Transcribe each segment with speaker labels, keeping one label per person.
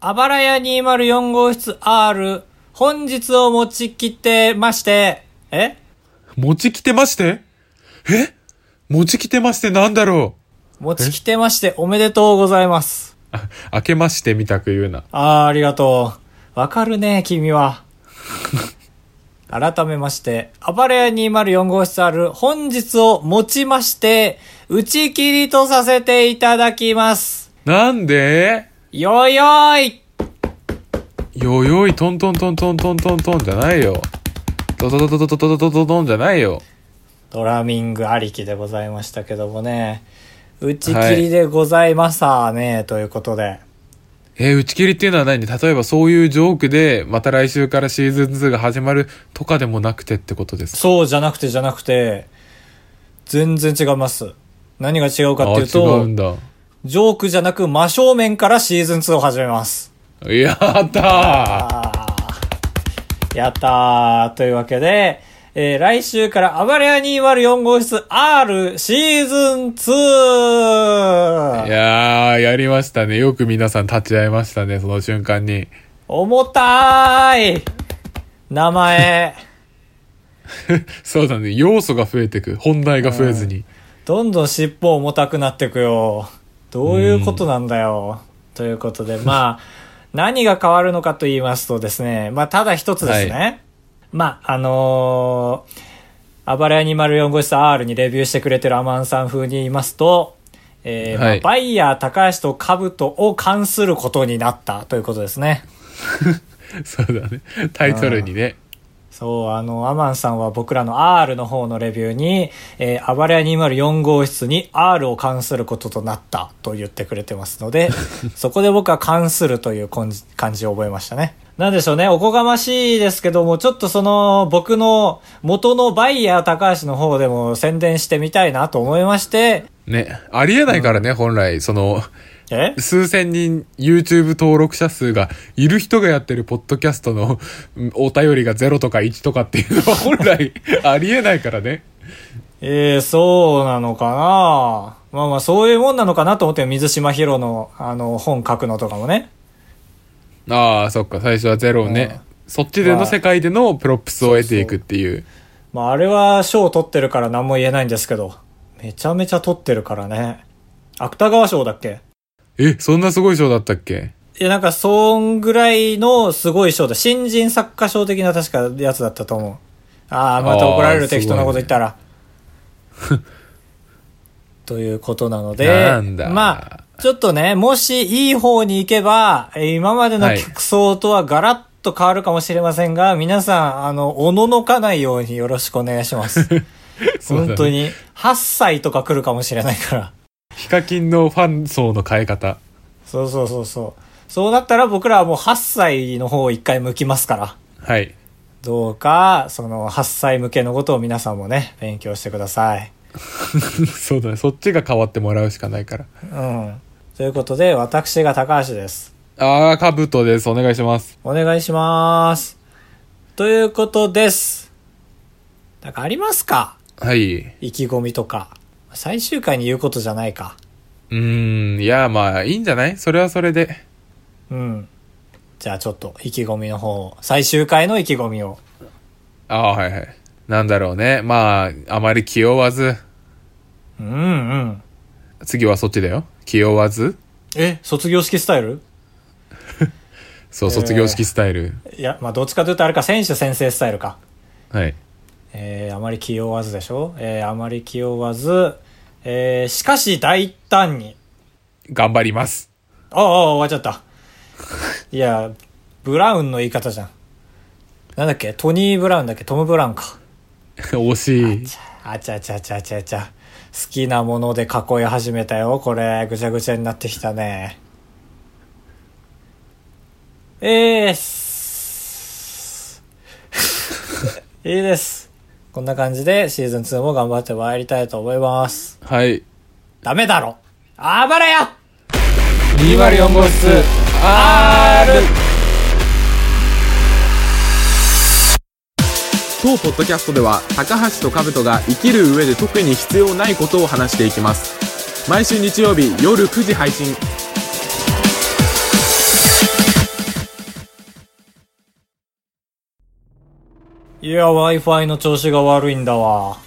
Speaker 1: あばらや204号室 R、本日を持ちきってまして、え
Speaker 2: 持ちきてましてえ持ちきてましてなんだろ
Speaker 1: 持ちきてましておめでとうございます。
Speaker 2: うあ、明けましてみたく言うな。
Speaker 1: あー、ありがとう。わかるね、君は。 改めまして、あばらや204号室 R、本日を持ちまして、打ち切りとさせていただきます。
Speaker 2: なんで
Speaker 1: よいよーい
Speaker 2: よよいトントントントントントントンじゃないよ。トトトトトトトトトトンじゃないよ。
Speaker 1: ドラミングありきでございましたけどもね、打ち切りでございまさーね、ということで。
Speaker 2: えー打ち切りっていうのは何例えばそういうジョークで、また来週からシーズン2が始まるとかでもなくてってことですか。
Speaker 1: そうじゃなくてじゃなくて、全然違います。何が違うかって
Speaker 2: あ、
Speaker 1: いう
Speaker 2: 違う
Speaker 1: と
Speaker 2: ん、だ。
Speaker 1: ジョークじゃなく真正面からシーズン2を始めます。
Speaker 2: やった
Speaker 1: あーやったー。というわけで、えー来週から暴れ屋204号室 R シーズン 2!
Speaker 2: ーいやー、やりましたね。よく皆さん立ち会いましたね、その瞬間に。
Speaker 1: 重たーい名前。
Speaker 2: そうだね。要素が増えてく。本題が増えずに。
Speaker 1: どんどん尻尾重たくなってくよ。どういうことなんだよ。ということで、まあ、何が変わるのかと言いますとですね、まあ、ただ一つですね。
Speaker 2: は
Speaker 1: まあ、あのー、暴れアニマル4号室 R にレビューしてくれてるアマンさん風に言いますと、えーまあ
Speaker 2: はい
Speaker 1: バイヤー高橋と兜を関することになったということですね。
Speaker 2: そうだね。タイトルにね。
Speaker 1: そう、あの、アマンさんは僕らの R の方のレビューに、えー、暴れ屋204号室に R を関することとなったと言ってくれてますので、そこで僕は関するというこん漢字を覚えましたね。なんでしょうね、おこがましいですけども、ちょっとその、僕の元のバイヤー高橋の方でも宣伝してみたいなと思いまして、
Speaker 2: ね。ありえないからね、本来。その、
Speaker 1: え
Speaker 2: 数千人 YouTube 登録者数がいる人がやってるポッドキャストのうんお便りが0とか1とかっていうの は本来ありえないからね。
Speaker 1: ええそうなのかなまあまあ、そういうもんなのかなと思って、水島ヒロの、あの、本書くのとかもね。
Speaker 2: ああ、そっか、最初は0ね。そっちでの世界でのプロップスを得ていくっていう。
Speaker 1: まあ、あれは賞取ってるから何も言えないんですけど、めちゃめちゃ取ってるからね。芥川賞だっけ
Speaker 2: え、そんなすごい賞だったっけ
Speaker 1: いや、なんか、そんぐらいのすごい賞だ。新人作家賞的な確かやつだったと思う。ああ、また怒られ
Speaker 2: あ
Speaker 1: る
Speaker 2: ーすごいね
Speaker 1: 適当なこと言ったら。 ということなので、
Speaker 2: なんだ
Speaker 1: まあ、ちょっとね、もしいい方に行けば、えー今までの
Speaker 2: はい
Speaker 1: 客層とはガラッと変わるかもしれませんが、皆さん、あの、おののかないようによろしくお願いします。
Speaker 2: そうだね
Speaker 1: 本当に。8歳とか来るかもしれないから。
Speaker 2: ヒカキンのファン層の変え方。
Speaker 1: そうそうそうそう。そうなったら僕らはもう8歳の方を一回向きますから。
Speaker 2: はい。
Speaker 1: どうか、その8歳向けのことを皆さんもね、勉強してください。
Speaker 2: そうだね。そっちが変わってもらうしかないから。
Speaker 1: うん。ということで、私が高橋です。
Speaker 2: ああ、カブトです。お願いします。
Speaker 1: お願いします。ということです。なんかありますか
Speaker 2: はい。
Speaker 1: 意気込みとか。最終回に言うことじゃないか。
Speaker 2: うーん、いや、まあ、いいんじゃないそれはそれで。
Speaker 1: うん。じゃあちょっと意気込みの方を、最終回の意気込みを。
Speaker 2: ああ、はいはい。なんだろうね。まあ、あまり気負わず。
Speaker 1: うんうん。
Speaker 2: 次はそっちだよ。気負わず。
Speaker 1: え卒業式スタイル
Speaker 2: そう、
Speaker 1: えー
Speaker 2: 卒業式スタイル。
Speaker 1: いや、まあ、どっちかというとあれか、選手先生スタイルか。
Speaker 2: はい。
Speaker 1: えー、あまり気負わずでしょえー、あまり気負わず、えー、しかし大胆に。
Speaker 2: 頑張ります。
Speaker 1: ああ、終わっちゃった。いや、ブラウンの言い方じゃん。なんだっけトニー・ブラウンだっけトム・ブラウンか。
Speaker 2: 惜しい。
Speaker 1: あちゃちゃちゃちゃちゃ。好きなもので囲い始めたよ。これ、ぐちゃぐちゃになってきたね。えーす。いいです。こんな感じでシーズン2も頑張ってまいりたいと思います。
Speaker 2: はい。
Speaker 1: ダメだろあばれや
Speaker 2: 204号室 R! 当ポッドキャストでは高橋と兜が生きる上で特に必要ないことを話していきます毎週日曜日夜9時配信
Speaker 1: いや、Wi-Fi の調子が悪いんだわ。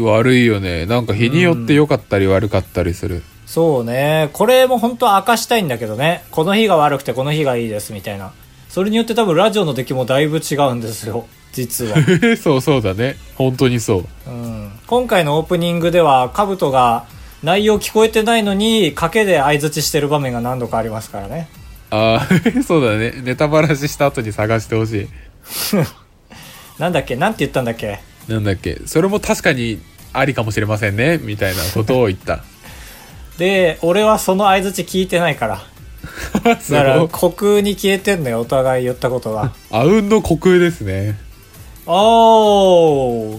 Speaker 2: 悪いよねなんか日によって良かったり悪かったりする、
Speaker 1: そうね。これも本当は明かしたいんだけどね。この日が悪くてこの日がいいですみたいな。それによって多分ラジオの出来もだいぶ違うんですよ。実 は。
Speaker 2: そうそうだね本当にそ
Speaker 1: う
Speaker 2: う
Speaker 1: ん。今回のオープニングでは、カブトが内容聞こえてないのに、賭けで相づちしてる場面が何度かありますからね。
Speaker 2: ああ そうだねネタバラシした後に探してほし
Speaker 1: なんだっけなんて言ったんだっけ
Speaker 2: いなんだっけそれも確かにありかもしれませんねみたいなことを言った
Speaker 1: で、俺はその相づち聞いてないから。
Speaker 2: すご
Speaker 1: だから、
Speaker 2: い
Speaker 1: 虚空に消えてんのよ、お互い言ったこと が。
Speaker 2: あうんの虚空ですね
Speaker 1: おー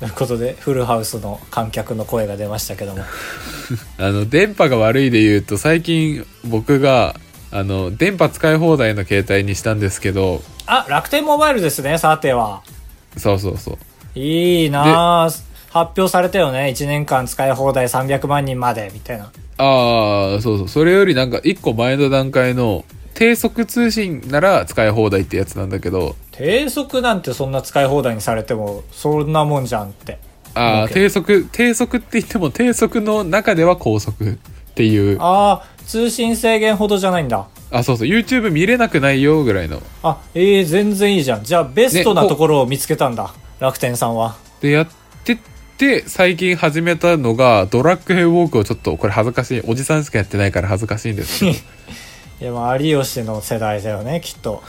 Speaker 1: ということで、フルハウスの観客の声が出ましたけども。
Speaker 2: あの電波が悪いで言うと最近僕があの電波使い放題の携帯にしたんですけど
Speaker 1: あ、楽天モバイルですね、さては。
Speaker 2: そうそうそう
Speaker 1: いいなあ発表されたよね。1年間使い放題300万人まで、みたいな。
Speaker 2: ああそうそうそれよりなんか一個前の段階の低速通信なら使い放題ってやつなんだけど
Speaker 1: 低速なんてそんな使い放題にされても、そんなもんじゃんって。
Speaker 2: ああ
Speaker 1: OK
Speaker 2: 低速低速って言っても低速の中では高速っていう
Speaker 1: あ
Speaker 2: あ
Speaker 1: あ、通信制限ほどじゃないんだ。
Speaker 2: そうそう YouTube 見れなくないよぐらいの
Speaker 1: あ、ええ全然いいじゃん。じゃあ、ベストな
Speaker 2: ねこと
Speaker 1: ころを見つけたんだ。楽天さんは。
Speaker 2: でやってって最近始めたのがドラッグヘイウォークをちょっとこれ恥ずかしいおじさんしかやってないから恥ずかしい んですけど
Speaker 1: いや、まあ、有吉の世代だよね、きっと。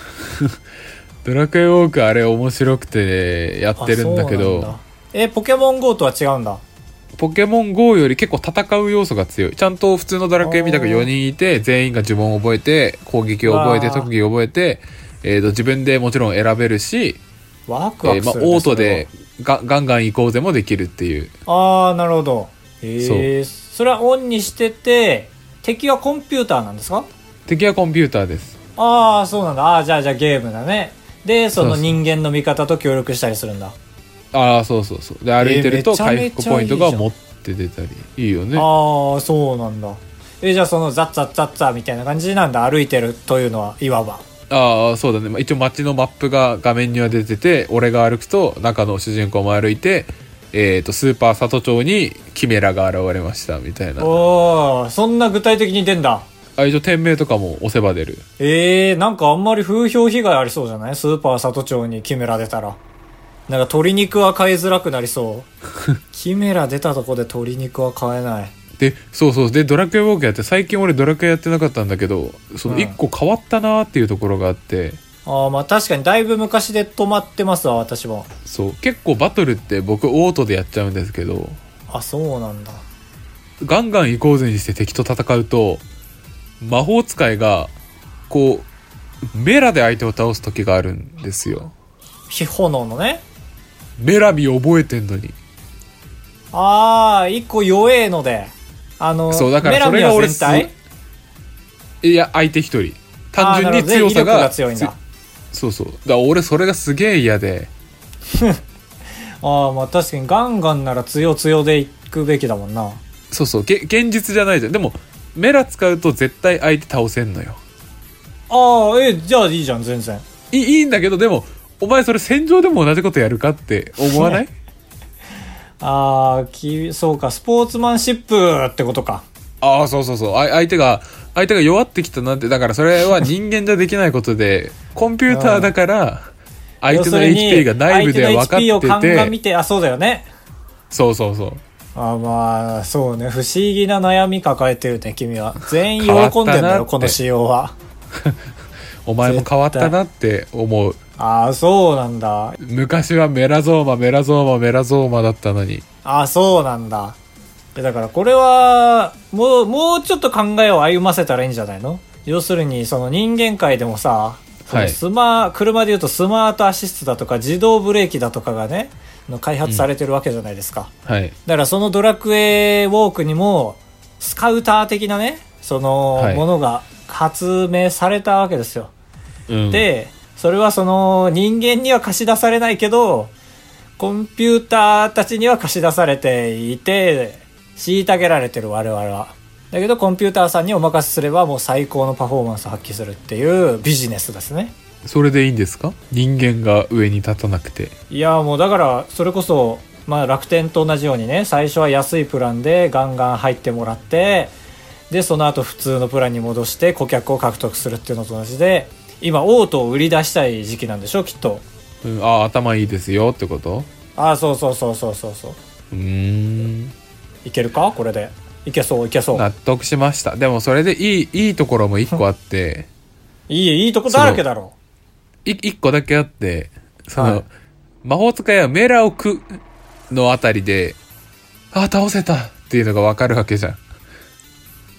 Speaker 2: ドラッグヘイウォークあれ面白くてやってるんだけ
Speaker 1: あそうなん
Speaker 2: ど
Speaker 1: だえ、ポケモン GO とは違うんだ。
Speaker 2: ポケモン GO より結構戦う要素が強いちゃんと普通のドラクエみたく4人いて全員が呪文を覚えて攻撃を覚えて
Speaker 1: うわー
Speaker 2: 特技を覚えて、えー、と自分でもちろん選べるし
Speaker 1: ワクワ
Speaker 2: え
Speaker 1: ク
Speaker 2: ーますあ、
Speaker 1: るね、
Speaker 2: オートでがガンガン行こうぜもできるっていう
Speaker 1: それは。ああ、なるほど。ええそれはオンにしてて、敵はコンピューターなんですか
Speaker 2: 敵はコンピューターです
Speaker 1: ああ、そうなんだ。ああー、じゃあ、じゃあゲームだね。で、そ
Speaker 2: そ
Speaker 1: の
Speaker 2: うそう
Speaker 1: 人間の味方と協力したりするんだ。
Speaker 2: ああそうそうそうで歩いてる
Speaker 1: えー
Speaker 2: と
Speaker 1: めちゃめちゃ
Speaker 2: 回復ポイント
Speaker 1: いい
Speaker 2: が
Speaker 1: じゃん
Speaker 2: 持って出たりいいよね
Speaker 1: ああ、そうなんだ。え、じゃあそのザッザッザッザッみたいな感じなんだ。歩いてるというのは、いわば。
Speaker 2: ああそうだね、まあ、一応街のマップが画面には出てて俺が歩くと中の主人公も歩いてえー、とスーパー里町にキメラが現れましたみたいな
Speaker 1: おお、そんな具体的に出んだ。
Speaker 2: あ一応店名とかも押せば出る
Speaker 1: ええー、なんかあんまり風評被害ありそうじゃないスーパー里町にキメラ出たら。なんか鶏肉は買いづらくなりそう。 キメラ出たとこで鶏肉は買えない。
Speaker 2: でそうそうでドラクエウォークやって最近俺ドラクエやってなかったんだけどその
Speaker 1: うん
Speaker 2: 一個変わったなーっていうところがあって、
Speaker 1: ああ、まあ確かにだいぶ昔で止まってますわ、私も。
Speaker 2: そう結構バトルって僕オートでやっちゃうんですけど
Speaker 1: あ、そうなんだ。
Speaker 2: ガンガン行こうぜにして敵と戦うと魔法使いがこうメラで相手を倒す時があるんですよ
Speaker 1: 火炎のね。
Speaker 2: メラビ覚えてんのに
Speaker 1: ああ、一個弱えので。あの、
Speaker 2: そうだから
Speaker 1: メラ
Speaker 2: そ
Speaker 1: ミ
Speaker 2: れ
Speaker 1: は
Speaker 2: が俺
Speaker 1: 全体
Speaker 2: いや相手一人単純
Speaker 1: あーなる
Speaker 2: に
Speaker 1: ほどね
Speaker 2: 強さ
Speaker 1: 威力が
Speaker 2: が
Speaker 1: 強いんだ。
Speaker 2: つそうそうだから俺それがすげえ嫌で
Speaker 1: ああ、まあ確かにガンガンなら強強でいくべきだもんな。
Speaker 2: そうそうげ現実じゃないじゃんでもメラ使うと絶対相手倒せんのよ
Speaker 1: ああ、えー、じゃあいいじゃん、全然。
Speaker 2: いいいんだけどでもお前それ戦場でも同じことやるかって思わない
Speaker 1: ああ、き、そうか、スポーツマンシップってことか。
Speaker 2: ああそうそうそうあ相手が相手が弱ってきたなんてだからそれは人間じゃできないこ とでコンピューターだから相手の HP が内部で分か
Speaker 1: 要するに相手の HP を
Speaker 2: って
Speaker 1: 鑑み
Speaker 2: て
Speaker 1: て、あ、そうだよね。
Speaker 2: そうそうそう
Speaker 1: あーまあ、そうね。不思議な悩み抱えてるね、君は。全員喜
Speaker 2: 変わったなん
Speaker 1: でんだよ、
Speaker 2: って
Speaker 1: この仕様は。
Speaker 2: お前も変わったなって思う
Speaker 1: ああ、そうなんだ。
Speaker 2: 昔はメラゾーマメラゾーマメラゾーマだったのに
Speaker 1: ああ、そうなんだ。えだからこれは、もう、もうちょっと考えを歩ませたらいいんじゃないの要するに、その人間界でもさ、その
Speaker 2: はい
Speaker 1: スマ、車で言うとスマートアシストだとか自動ブレーキだとかがね、の開発されてるわけじゃないですか。
Speaker 2: はい
Speaker 1: だからそのドラクエウォークにも、スカウター的なね、その
Speaker 2: はい
Speaker 1: ものが発明されたわけですよ。
Speaker 2: うん
Speaker 1: で、それはその人間には貸し出されないけど、コンピューターたちには貸し出されていて、虐げられてる我々は。だだけどコンピューターさんにお任せすればもう最高のパフォーマンスを発揮するっていうビジネスですね
Speaker 2: それでいいんですか人間が上に立たなくて
Speaker 1: いやもうだからそれこそ、まあ、楽天と同じようにね最初は安いプランでガンガン入ってもらってでその後普通のプランに戻して顧客を獲得するっていうのと同じで今オートを売り出したい時期なんでしょきっと
Speaker 2: うん、ああ頭いいですよってこと
Speaker 1: ああそうそうそうそうそうそう
Speaker 2: うーん
Speaker 1: いけるかこれでいけそういけそう
Speaker 2: 納得しましたでもそれでいいいいところも一個あって
Speaker 1: いいいいとこだらけだろ
Speaker 2: い一個だけあってその、
Speaker 1: はい
Speaker 2: 魔法使いはメラをくのあたりでああ倒せたっていうのがわかるわけじゃん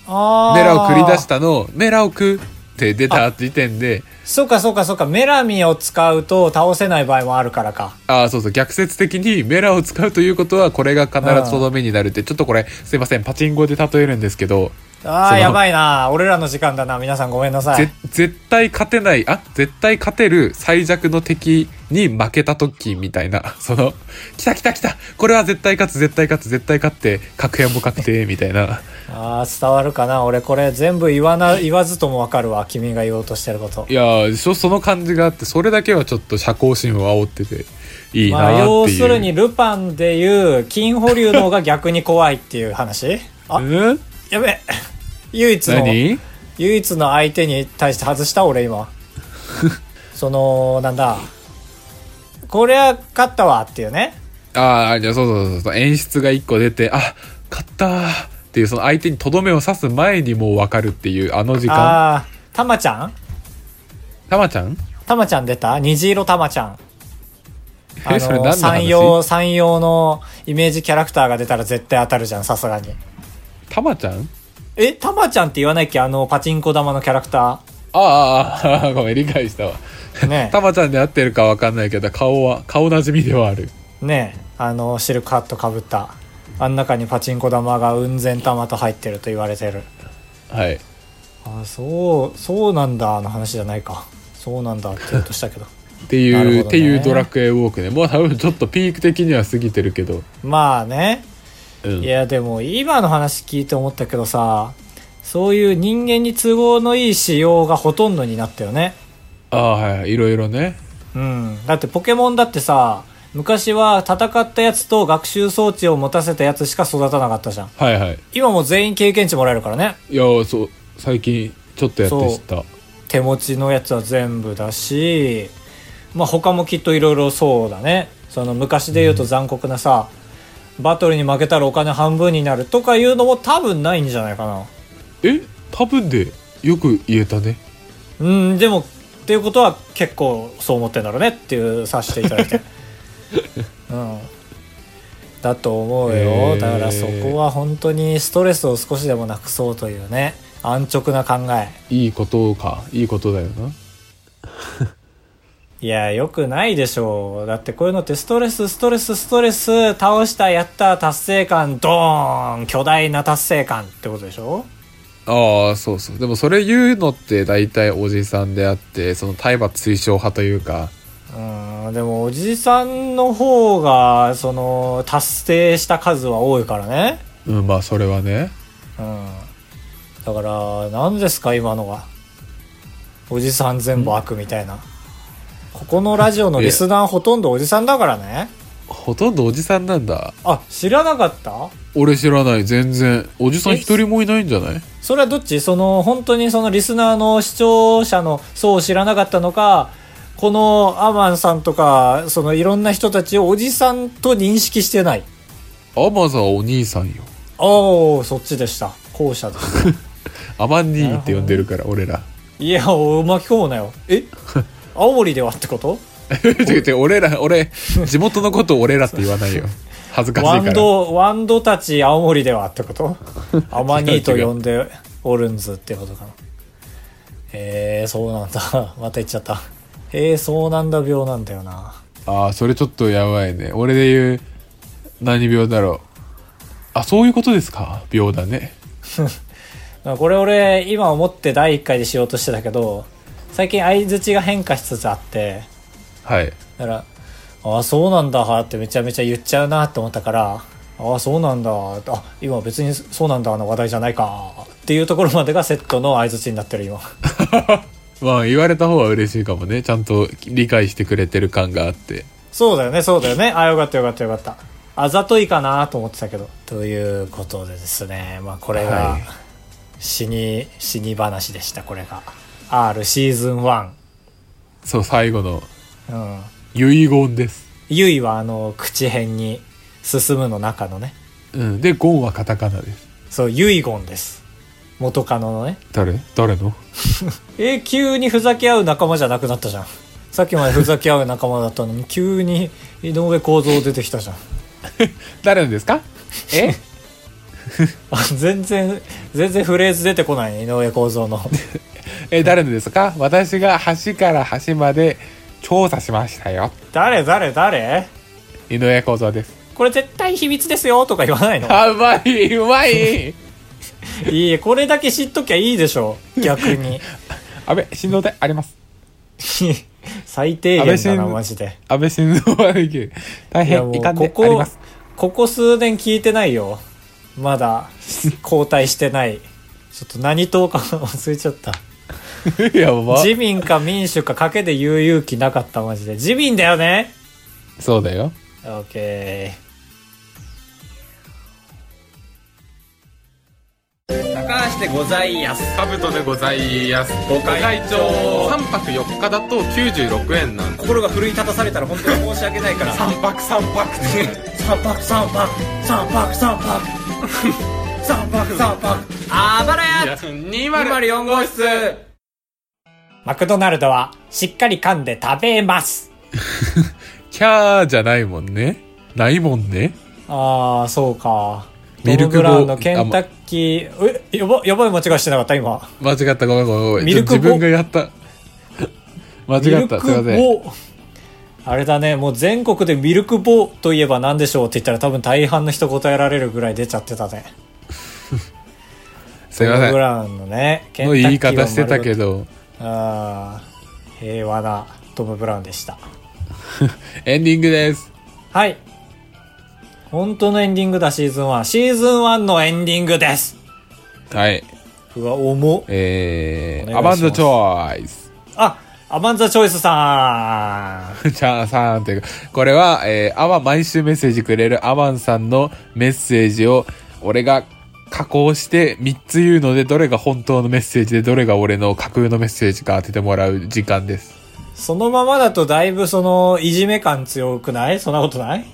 Speaker 1: あー
Speaker 2: メラを繰り出したのをメラをくって出た時点で
Speaker 1: そうかそうかそうかメラミンを使うと倒せない場合もあるからか
Speaker 2: ああそうそう逆説的にメラを使うということはこれが必ずとどめになるってちょっとこれすいませんパチンコで例えるんですけど
Speaker 1: あ
Speaker 2: そ
Speaker 1: あ
Speaker 2: の
Speaker 1: やばいな俺らの時間だな皆さんごめんなさ
Speaker 2: ぜ
Speaker 1: い
Speaker 2: 絶対勝てないあ絶対勝てる最弱の敵に負けた時みたいな その「来た来た来たこれは絶対勝つ絶対勝つ絶対勝って確変も確定」みたいな
Speaker 1: あー伝わるかな俺これ全部言わな言わずともわかるわ君が言おうとしてること
Speaker 2: いやーそその感じがあってそれだけはちょっと社交心を煽ってていい
Speaker 1: まあ
Speaker 2: なーっていう、
Speaker 1: 要するにルパンでいう金保留の方が逆に怖いっていう話あ
Speaker 2: うん
Speaker 1: やべえ唯一の
Speaker 2: 何
Speaker 1: 唯一の相手に対して外した俺 今そのなんだこれは勝ったわっていうね
Speaker 2: ああ、じゃあそうそうそうそう、演出が一個出て、あ、勝ったーっていう、その相手にとどめを刺す前にもう分かるっていう、あの時間。
Speaker 1: ああたまちゃん
Speaker 2: たまちゃん
Speaker 1: たまちゃん出た虹色たまちゃんあ
Speaker 2: え、それ
Speaker 1: の
Speaker 2: 何の話
Speaker 1: 山陽山陽のイメージキャラクターが出たら絶対当たるじゃんさすがに
Speaker 2: たまちゃん
Speaker 1: えたまちゃんって言わないっけあのパチンコ玉のキャラクタ
Speaker 2: ああああ、ああ、ごめん、理解したわ。
Speaker 1: ーね
Speaker 2: たまちゃんで合ってるか分かんないけど、顔は、顔なじみではある。
Speaker 1: ねあのシルクハットかぶったあん中にパチンコ玉が雲仙玉と入ってると言われてる
Speaker 2: はい。
Speaker 1: あそうそうなんだの話じゃないかそうなんだって言おうとしたけ ど
Speaker 2: ってい
Speaker 1: なるほ
Speaker 2: う、
Speaker 1: どね
Speaker 2: っていうドラクエウォークね。もう多分ちょっとピーク的には過ぎてるけど。
Speaker 1: まあね
Speaker 2: うん。
Speaker 1: いやでも今の話聞いて思ったけどさそういう人間に都合のいい仕様がほとんどになったよね
Speaker 2: ああ、はいはい。いろいろね。
Speaker 1: うんだってポケモンだってさ昔は戦ったやつと学習装置を持たせたやつしか育たなかったじゃん
Speaker 2: はいはい。
Speaker 1: 今もう全員経験値もらえるからね
Speaker 2: いや、そう、最近、ちょっとやって知った。
Speaker 1: 手持ちのやつは全部だしまあ他もきっといろいろそうだねその昔で言うと残酷なさ、バトルに負けたらお金半分になるとかいうのも多分ないんじゃないかな
Speaker 2: え、多分で、よく言えたね。
Speaker 1: うんでもっていうことは結構そう思ってんだろうねっていうさせていただい てうんだと思うよ、
Speaker 2: へー
Speaker 1: だからそこは本当にストレスを少しでもなくそうというね安直な考え
Speaker 2: いいことかいいことだよない
Speaker 1: や、よくないでしょう。だってこういうのってストレス、ストレス、ストレス、倒した、やった、達成感、ドーン巨大な達成感ってことでしょ
Speaker 2: ああそうそうでもそれ言うのって大体おじさんであってその体罰推奨派というか
Speaker 1: うーん、でもおじさんの方が、その、達成した数は多いからね。
Speaker 2: うんまあそれはね
Speaker 1: うん。だから、何ですか、今のは。おじさん全部悪みたいな。ここのラジオのリスナーほとんどおじさんだからね。
Speaker 2: ほとんどおじさんなんだ
Speaker 1: あ、知らなかった
Speaker 2: 俺知らない全然おじさん
Speaker 1: え
Speaker 2: 一人もいないんじゃない
Speaker 1: それはどっちその本当にそのリスナーの視聴者の層を知らなかったのかこのアマンさんとかそのいろんな人たちをおじさんと認識してない
Speaker 2: アマザーお兄さんよ
Speaker 1: おおそっちでした後者です
Speaker 2: アマンニーって呼んでるから俺ら
Speaker 1: いやお巻き込むなよえ青森ではってこと
Speaker 2: 違う違う俺ら俺地元のことを俺らって言わないよ恥ずかし
Speaker 1: ワ
Speaker 2: いか
Speaker 1: ン
Speaker 2: ら
Speaker 1: ドワンドたち青森ではってこと アマニーと呼んでおるんずってことかなえー、そうなんだ また言っちゃったえー、そうなんだ病なんだよな
Speaker 2: ああそれちょっとやばいね俺で言う何病だろうあそういうことですか病だね
Speaker 1: まあこれ俺今思って第1回でしようとしてたけど最近相づちが変化しつつあって
Speaker 2: はい
Speaker 1: だから「ああそうなんだ」ってめちゃめちゃ言っちゃうなって思ったからああそうなんだあ今別にそうなんだの話題じゃないかっていうところまでがセットの相づちになってる今
Speaker 2: まあ言われた方は嬉しいかもねちゃんと理解してくれてる感があって
Speaker 1: そうだよねそうだよねああよかったよかったよかったあざといかなと思ってたけどということでですねまあこれが
Speaker 2: はい
Speaker 1: 死に、死に話でしたこれが R シーズン1
Speaker 2: そう最後の
Speaker 1: うん
Speaker 2: 遺言です、
Speaker 1: ゆいはあの口辺に進むの中のね
Speaker 2: うん、で言はカタカナです
Speaker 1: そう遺言です元カノのね
Speaker 2: 誰誰の
Speaker 1: え急にふざけ合う仲間じゃなくなったじゃんさっきまでふざけ合う仲間だったのに急に井上公造出てきたじゃん
Speaker 2: 誰のですか え
Speaker 1: あ全然全然フレーズ出てこない井上公造の
Speaker 2: え誰のですか私が端から端まで調査しましたよ
Speaker 1: 誰誰誰
Speaker 2: 井上公造です
Speaker 1: これ絶対秘密ですよとか言わない の
Speaker 2: あうまいうまい
Speaker 1: いいえこれだけ知っときゃいいでしょ逆に
Speaker 2: 安倍振動であります
Speaker 1: 最低限だ
Speaker 2: 安倍
Speaker 1: な
Speaker 2: 晋
Speaker 1: マジで
Speaker 2: 安倍振動はできる大
Speaker 1: いや
Speaker 2: 変
Speaker 1: も
Speaker 2: 遺憾
Speaker 1: うこ
Speaker 2: であり
Speaker 1: こ
Speaker 2: ます
Speaker 1: ここ数年聞いてないよまだ交代してないちょっと何党か忘れちゃった
Speaker 2: やば
Speaker 1: 自民か民主か賭けで言う勇気なかったマジで自民だよね
Speaker 2: そうだよ
Speaker 1: OK
Speaker 3: 高橋でございやす
Speaker 2: カブトでございますご
Speaker 3: 会長
Speaker 2: 3泊4日だと96円なんで
Speaker 3: 心が奮い立たされたら本当に申し訳ないから3泊3泊3泊3泊3泊3泊3泊3泊あばらや204号室
Speaker 1: マクドナルドはしっかり噛んで食べます
Speaker 2: キャーじゃないもんねないもんね
Speaker 1: ああそうか
Speaker 2: ミルク
Speaker 1: トムブ
Speaker 2: ボー
Speaker 1: ラウンのケンタッキーえやばやばい間違いしてなかった今
Speaker 2: 間違ったごめんごめんごめん
Speaker 1: ミルクボ
Speaker 2: 自分がやった 間違ったすいません
Speaker 1: ボーあれだねもう全国でミルクボーといえば何でしょうって言ったら多分大半の人答えられるぐらい出ちゃってたね
Speaker 2: すいませ
Speaker 1: トムブ
Speaker 2: ん
Speaker 1: ラウンのねケ
Speaker 2: の言い
Speaker 1: は丸ご
Speaker 2: 方
Speaker 1: と
Speaker 2: してたけど
Speaker 1: あー平和なトム・ブラウンでした
Speaker 2: エンディングです
Speaker 1: はい本当のエンディングだシーズン1シーズン1のエンディングです
Speaker 2: はいう
Speaker 1: わ重っ
Speaker 2: え
Speaker 1: お願いしま
Speaker 2: ー、
Speaker 1: す
Speaker 2: アバンドチョイス
Speaker 1: あアマンザ・チョイスさん
Speaker 2: チャーさんというかこれは、えー、アマン毎週メッセージくれるアマンさんのメッセージを俺が加工して3つ言うのでどれが本当のメッセージでどれが俺の架空のメッセージか当ててもらう時間です
Speaker 1: そのままだとだいぶそのいじめ感強くないそんなことない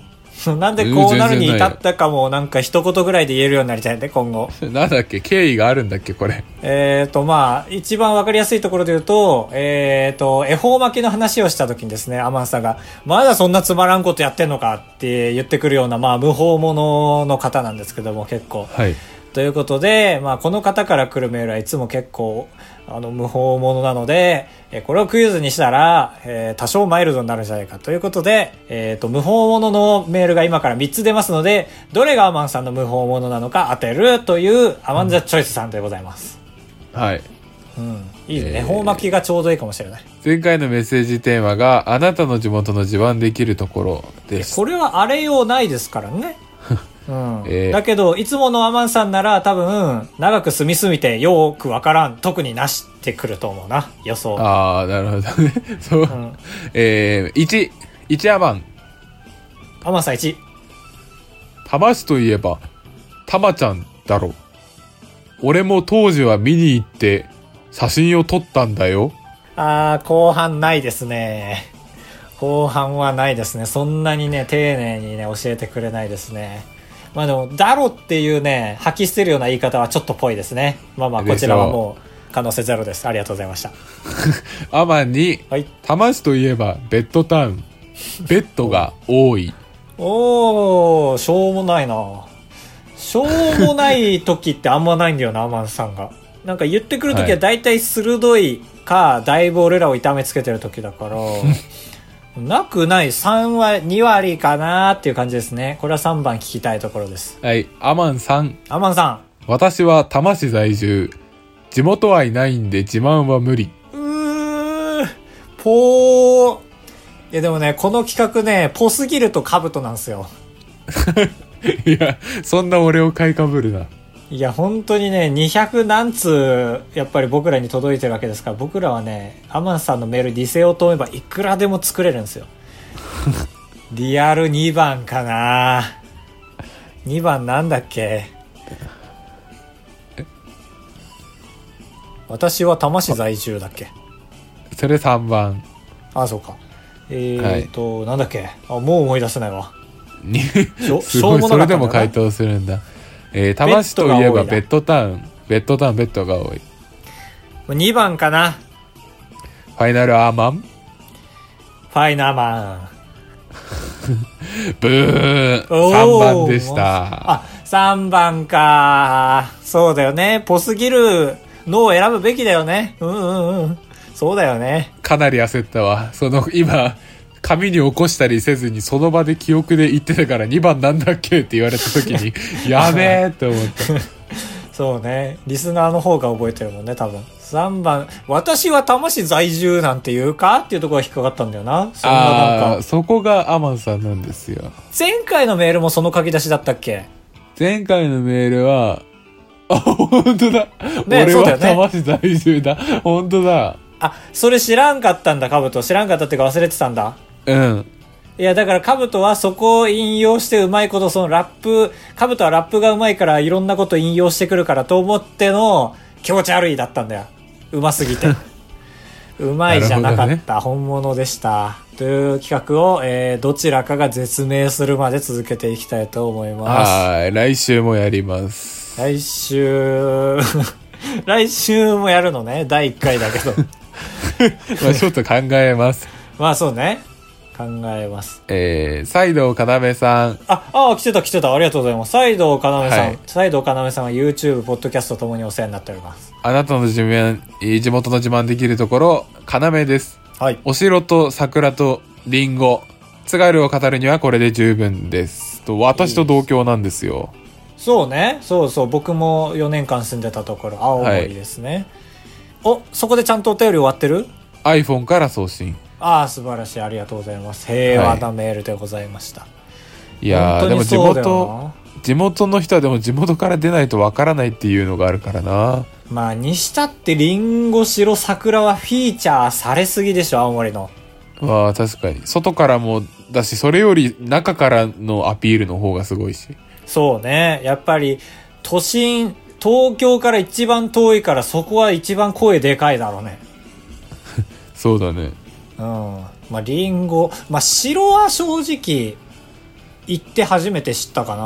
Speaker 1: なんでこうなるに至ったかもなんか一言ぐらいで言えるようになりたいね今後
Speaker 2: なんだっけ経緯があるんだっけこれ。
Speaker 1: えっ、と、まあ、一番わかりやすいところで言うと、えっ、と、恵方巻きの話をした時にですね、アマンさんが、まだそんなつまらんことやってんのかって言ってくるような、まあ、無法者の方なんですけども、結構。
Speaker 2: はい。
Speaker 1: ということで、まあ、この方から来るメールはいつも結構、あの、無法者なので、えーこれをクイズにしたら、えー多少マイルドになるんじゃないかということで、えっ、と、無法者のメールが今から3つ出ますので、どれがアマンさんの無法者なのか当てるという、アマンザチョイスさんでございます。
Speaker 2: はい。
Speaker 1: うん、いいね、
Speaker 2: えー
Speaker 1: 方巻きがちょうどいいかもしれない
Speaker 2: 前回のメッセージテーマが、あなたの地元の自慢できるところです。
Speaker 1: これはあれようないですから ね、うん
Speaker 2: えー
Speaker 1: だけどいつものアマンさんなら多分長く住みすぎてよくわからん特になしってくると思うな予想
Speaker 2: ああ、なるほどね。 そう。
Speaker 1: ん
Speaker 2: えー、1、一アマン。
Speaker 1: アマンさん1
Speaker 2: 多摩市といえば、たまちゃんだろ。俺も当時は見に行って、写真を撮ったんだよ。
Speaker 1: あー後半ないですね後半はないですねそんなにね丁寧にね教えてくれないですねまあでも「だろ」っていうね吐き捨てるような言い方はちょっとぽいですねまあまあこちらはもう可能性ゼロですありがとうございました
Speaker 2: アマンに、
Speaker 1: はい
Speaker 2: 多摩市といえば、ベッドタウン。ベッドが多い。
Speaker 1: おー、しょうもないな。しょうもない時ってあんまないんだよな、アマンさんが。なんか言ってくる時
Speaker 2: は
Speaker 1: はい大体鋭いか、だいぶ俺らを痛めつけてる時だから、 なくない3割、2割かなっていう感じですね。これは3番聞きたいところです。
Speaker 2: はい。アマンさん、
Speaker 1: アマンさ
Speaker 2: 私は多摩市在住。地元はいないんで自慢は無理。
Speaker 1: ん。うー、ぽー。いやでもね、この企画ね、ぽすぎると兜なんですよ。
Speaker 2: いや、そんな俺を買いかぶるな。
Speaker 1: いや、本当にね、200何通、やっぱり僕らに届いてるわけですから、僕らはね、アマンさんのメール、ディセオと思えばいくらでも作れるん ですよ。リアル2番かな2番なんだっけ私は多摩市在住だっけ
Speaker 2: それ3番。
Speaker 1: あそうか。えー、っと、なんだっけあ、もう思い出せないわ。
Speaker 2: に
Speaker 1: しょ
Speaker 2: す
Speaker 1: しょ
Speaker 2: ご
Speaker 1: う
Speaker 2: い、
Speaker 1: も
Speaker 2: そ
Speaker 1: なかった
Speaker 2: れで
Speaker 1: んだ
Speaker 2: も
Speaker 1: な
Speaker 2: 回答するんだ。えー、多摩市といえばベ
Speaker 1: ベ
Speaker 2: ッドタウン。ベッドタウン、ベッドが多い。フ
Speaker 1: 2番かな
Speaker 2: ァイナルアーマン
Speaker 1: ファイナーマン。
Speaker 2: ブー
Speaker 1: おー
Speaker 2: !3 番でした。
Speaker 1: あ、3番か。そうだよね。ポスギルのを選ぶべきだよね。うんうんうん。そうだよね。
Speaker 2: かなり焦ったわ。その、今、紙に起こしたりせずに、その場で記憶で言ってたから、2番なんだっけって言われた時 に、やべえって思った。
Speaker 1: そうね。リスナーの方が覚えてるもんね、多分。3番、私は多摩市在住なんて言うかっていうところが引っかかったんだよな。そんな
Speaker 2: あ
Speaker 1: な
Speaker 2: あー、
Speaker 1: んか。
Speaker 2: そこがアマンさんなんですよ。
Speaker 1: 前回のメールもその書き出しだったっけ
Speaker 2: 前回のメールは、あ、本当だ。
Speaker 1: ね
Speaker 2: 俺
Speaker 1: そうだよ
Speaker 2: は
Speaker 1: ね
Speaker 2: 多摩市在住だ。本当だ。
Speaker 1: あ、それ知らんかったんだ、カブト。知らんかったっていうか忘れてたんだ。
Speaker 2: うん。
Speaker 1: いや、だから、カブトはそこを引用してうまいこと、そのラップ、カブトはラップがうまいからいろんなこと引用してくるからと思っての気持ち悪いだったんだよ。うます ぎて。うまいじゃなか
Speaker 2: な
Speaker 1: っ
Speaker 2: るほ
Speaker 1: た、本物でした。という企画を、えー、どちらかが絶命するまで続けていきたいと思います。
Speaker 2: はい。来週もやります。
Speaker 1: 来週、 来週もやるのね、第1回だけ ど。
Speaker 2: まあ、ちょっと考えます。
Speaker 1: まあそうね。考えます。
Speaker 2: えー、サイド要さん、
Speaker 1: あ、ああ、来てた来てた。ありがとうございます。サイドかなめさん。
Speaker 2: はい
Speaker 1: サイドかなめさんは YouTube、ポッドキャストともにお世話になっております。
Speaker 2: あなたの自慢、えー地元の自慢できるところ、要です。
Speaker 1: はい。
Speaker 2: お城と桜とリンゴ、津軽を語るにはこれで十分です。と、私と同郷なんですよ。
Speaker 1: そうね。そうそう。僕も4年間住んでたところ、青森ですね。お、そこでちゃんとお便り終わってる
Speaker 2: iPhone から送信。
Speaker 1: ああ、素晴らしい。ありがとうございます。平和なメールでございました。
Speaker 2: いやー、
Speaker 1: 本
Speaker 2: で
Speaker 1: 当
Speaker 2: も
Speaker 1: に
Speaker 2: 地
Speaker 1: そうだよな
Speaker 2: 元、地元の人はでも地元から出ないとわからないっていうのがあるからな。
Speaker 1: まあ、にしたって、リンゴ、白、桜はフィーチャーされすぎでしょ、青森の。
Speaker 2: まあ確かに。外からもだし、それより中からのアピールの方がすごいし。
Speaker 1: そうね。やっぱり、都心、東京から一番遠いから、そこは一番声でかいだろうね。
Speaker 2: そうだね。
Speaker 1: うん。まあ、リンゴ。まあ、白は正直、行って初めて知ったか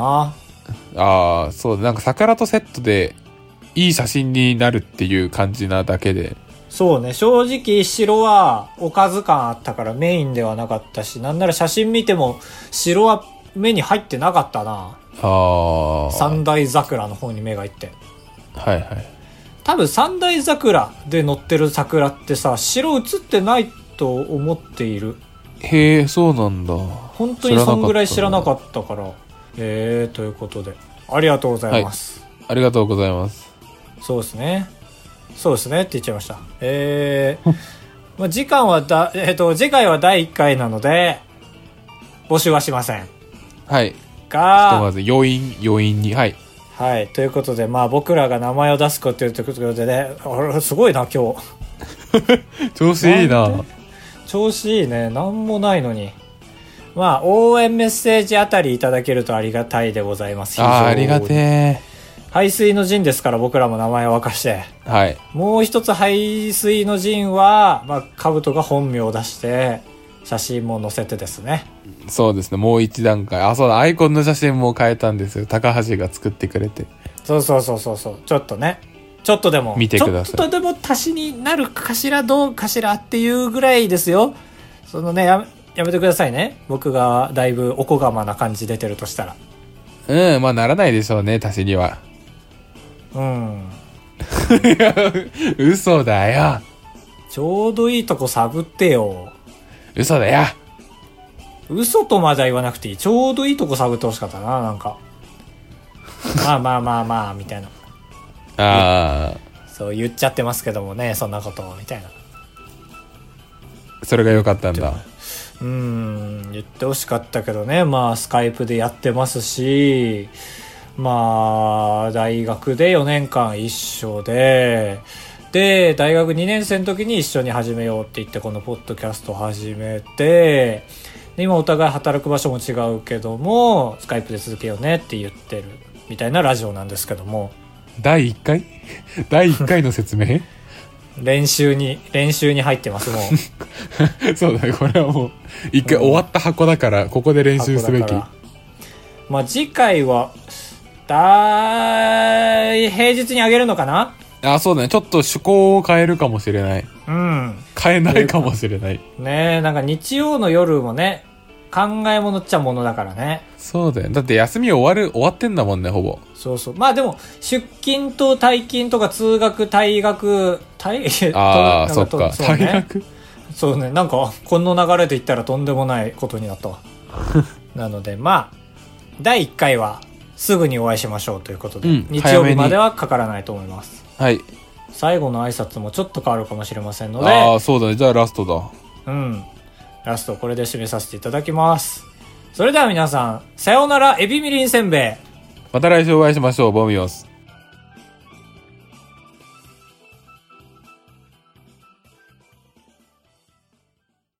Speaker 1: な。
Speaker 2: ああ、そう、なんか桜とセットで、いい写真になるっていう感じなだけで。
Speaker 1: そうね。正直、白はおかず感あったからメインではなかったし、なんなら写真見ても、白は目に入ってなかったな。
Speaker 2: ああ。
Speaker 1: 三大桜の方に目がいって。
Speaker 2: はいはい。
Speaker 1: 多分三大桜で乗ってる桜ってさ、白映ってないと思っている。
Speaker 2: へえ、そうなんだ。
Speaker 1: 本当にそんぐらい知らなかったから。えー、ということで。ありがとうございます。
Speaker 2: ありがとうございます。
Speaker 1: そうですね。そうですねって言っちゃいました。えー、 まあ時間はだ、えっ、と、次回は第1回なので、募集はしません。
Speaker 2: はい。ひとま
Speaker 1: が、
Speaker 2: ず、余韻、余韻に。はい。
Speaker 1: はい。ということで、まあ僕らが名前を出すことということでね、 あれすごいな、今日。
Speaker 2: 調子いいな。
Speaker 1: 調子いいね。なんもないのに。まあ、応援メッセージあたりいただけるとありがたいでございます。
Speaker 2: ああー、ありが
Speaker 1: え。
Speaker 2: て
Speaker 1: 排水の陣ですから僕らも名前を明かして。
Speaker 2: ー。はい。
Speaker 1: もう一つ排水の陣は、まあ、カブトが本名を出して、写真も載せてですね。
Speaker 2: そうですね。もう一段階。あ、そうだ。アイコンの写真も変えたんですよ。高橋が作ってくれて。
Speaker 1: そうそうそうそうそう。ちょっとね。ちょっとでも。
Speaker 2: 見てください
Speaker 1: ちょっとでも足しになるかしらどうかしらっていうぐらいですよ。そのね、ややめてくださいね。僕がだいぶおこがまな感じ出てるとしたら。
Speaker 2: うん、まあならないでしょうね、足しには。
Speaker 1: うん。
Speaker 2: いや嘘だよ。
Speaker 1: ちょうどいいとこ探ってよ。
Speaker 2: 嘘だよ。
Speaker 1: 嘘とまでは言わなくていい。ちょうどいいとこ探ってほしかったな、なんか。まあまあまあまあ、みたいな。
Speaker 2: あ
Speaker 1: そう言っちゃってますけどもね、そんなことをみたいな。
Speaker 2: あ、それが良かったんだ。
Speaker 1: うん、言ってほしかったけどね、まあ、スカイプでやってますし、まあ、大学で4年間一緒で、で、大学2年生の時に一緒に始めようって言って、このポッドキャスト始めて、で今お互い働く場所も違うけども、スカイプで続けようねって言ってる、みたいなラジオなんですけども、
Speaker 2: 第1回第1回の 説明
Speaker 1: 練習に、練習に入ってます、もう。
Speaker 2: そうだね、これはもう、一回終わった箱だから、ここで練習すべき。
Speaker 1: まあ次回はだい平日にあげるのかな
Speaker 2: あ、そうだね。ちょっと趣向を変えるかもしれない。
Speaker 1: うん
Speaker 2: 変えないかもしれない。
Speaker 1: ねえなんか日曜の夜もね考え物っちゃものだからね
Speaker 2: そうだよ。だって休み終わる、終わってんだもんね、ほぼ。
Speaker 1: そうそうまあでも出勤と退勤とか通学退学退
Speaker 2: ああ、
Speaker 1: と
Speaker 2: そ
Speaker 1: なん
Speaker 2: っ
Speaker 1: と
Speaker 2: か。
Speaker 1: そう
Speaker 2: 大
Speaker 1: ね
Speaker 2: 学
Speaker 1: そうねなんかこの流れで言ったらとんでもないことにな ったわなのでまあ第1回はすぐにお会いしましょうということで、
Speaker 2: うん
Speaker 1: 日
Speaker 2: 早
Speaker 1: 曜
Speaker 2: め
Speaker 1: 日
Speaker 2: に
Speaker 1: まではかからないと思います
Speaker 2: はい。
Speaker 1: 最後の挨拶もちょっと変わるかもしれませんの
Speaker 2: あ
Speaker 1: で、
Speaker 2: あ、そうだね。じゃあラストだ。
Speaker 1: うん。ラストこれで締めさせていただきます。それでは皆さん、さようならエビみりんせんべい。
Speaker 2: また来週お会いしましょう。ボミオス。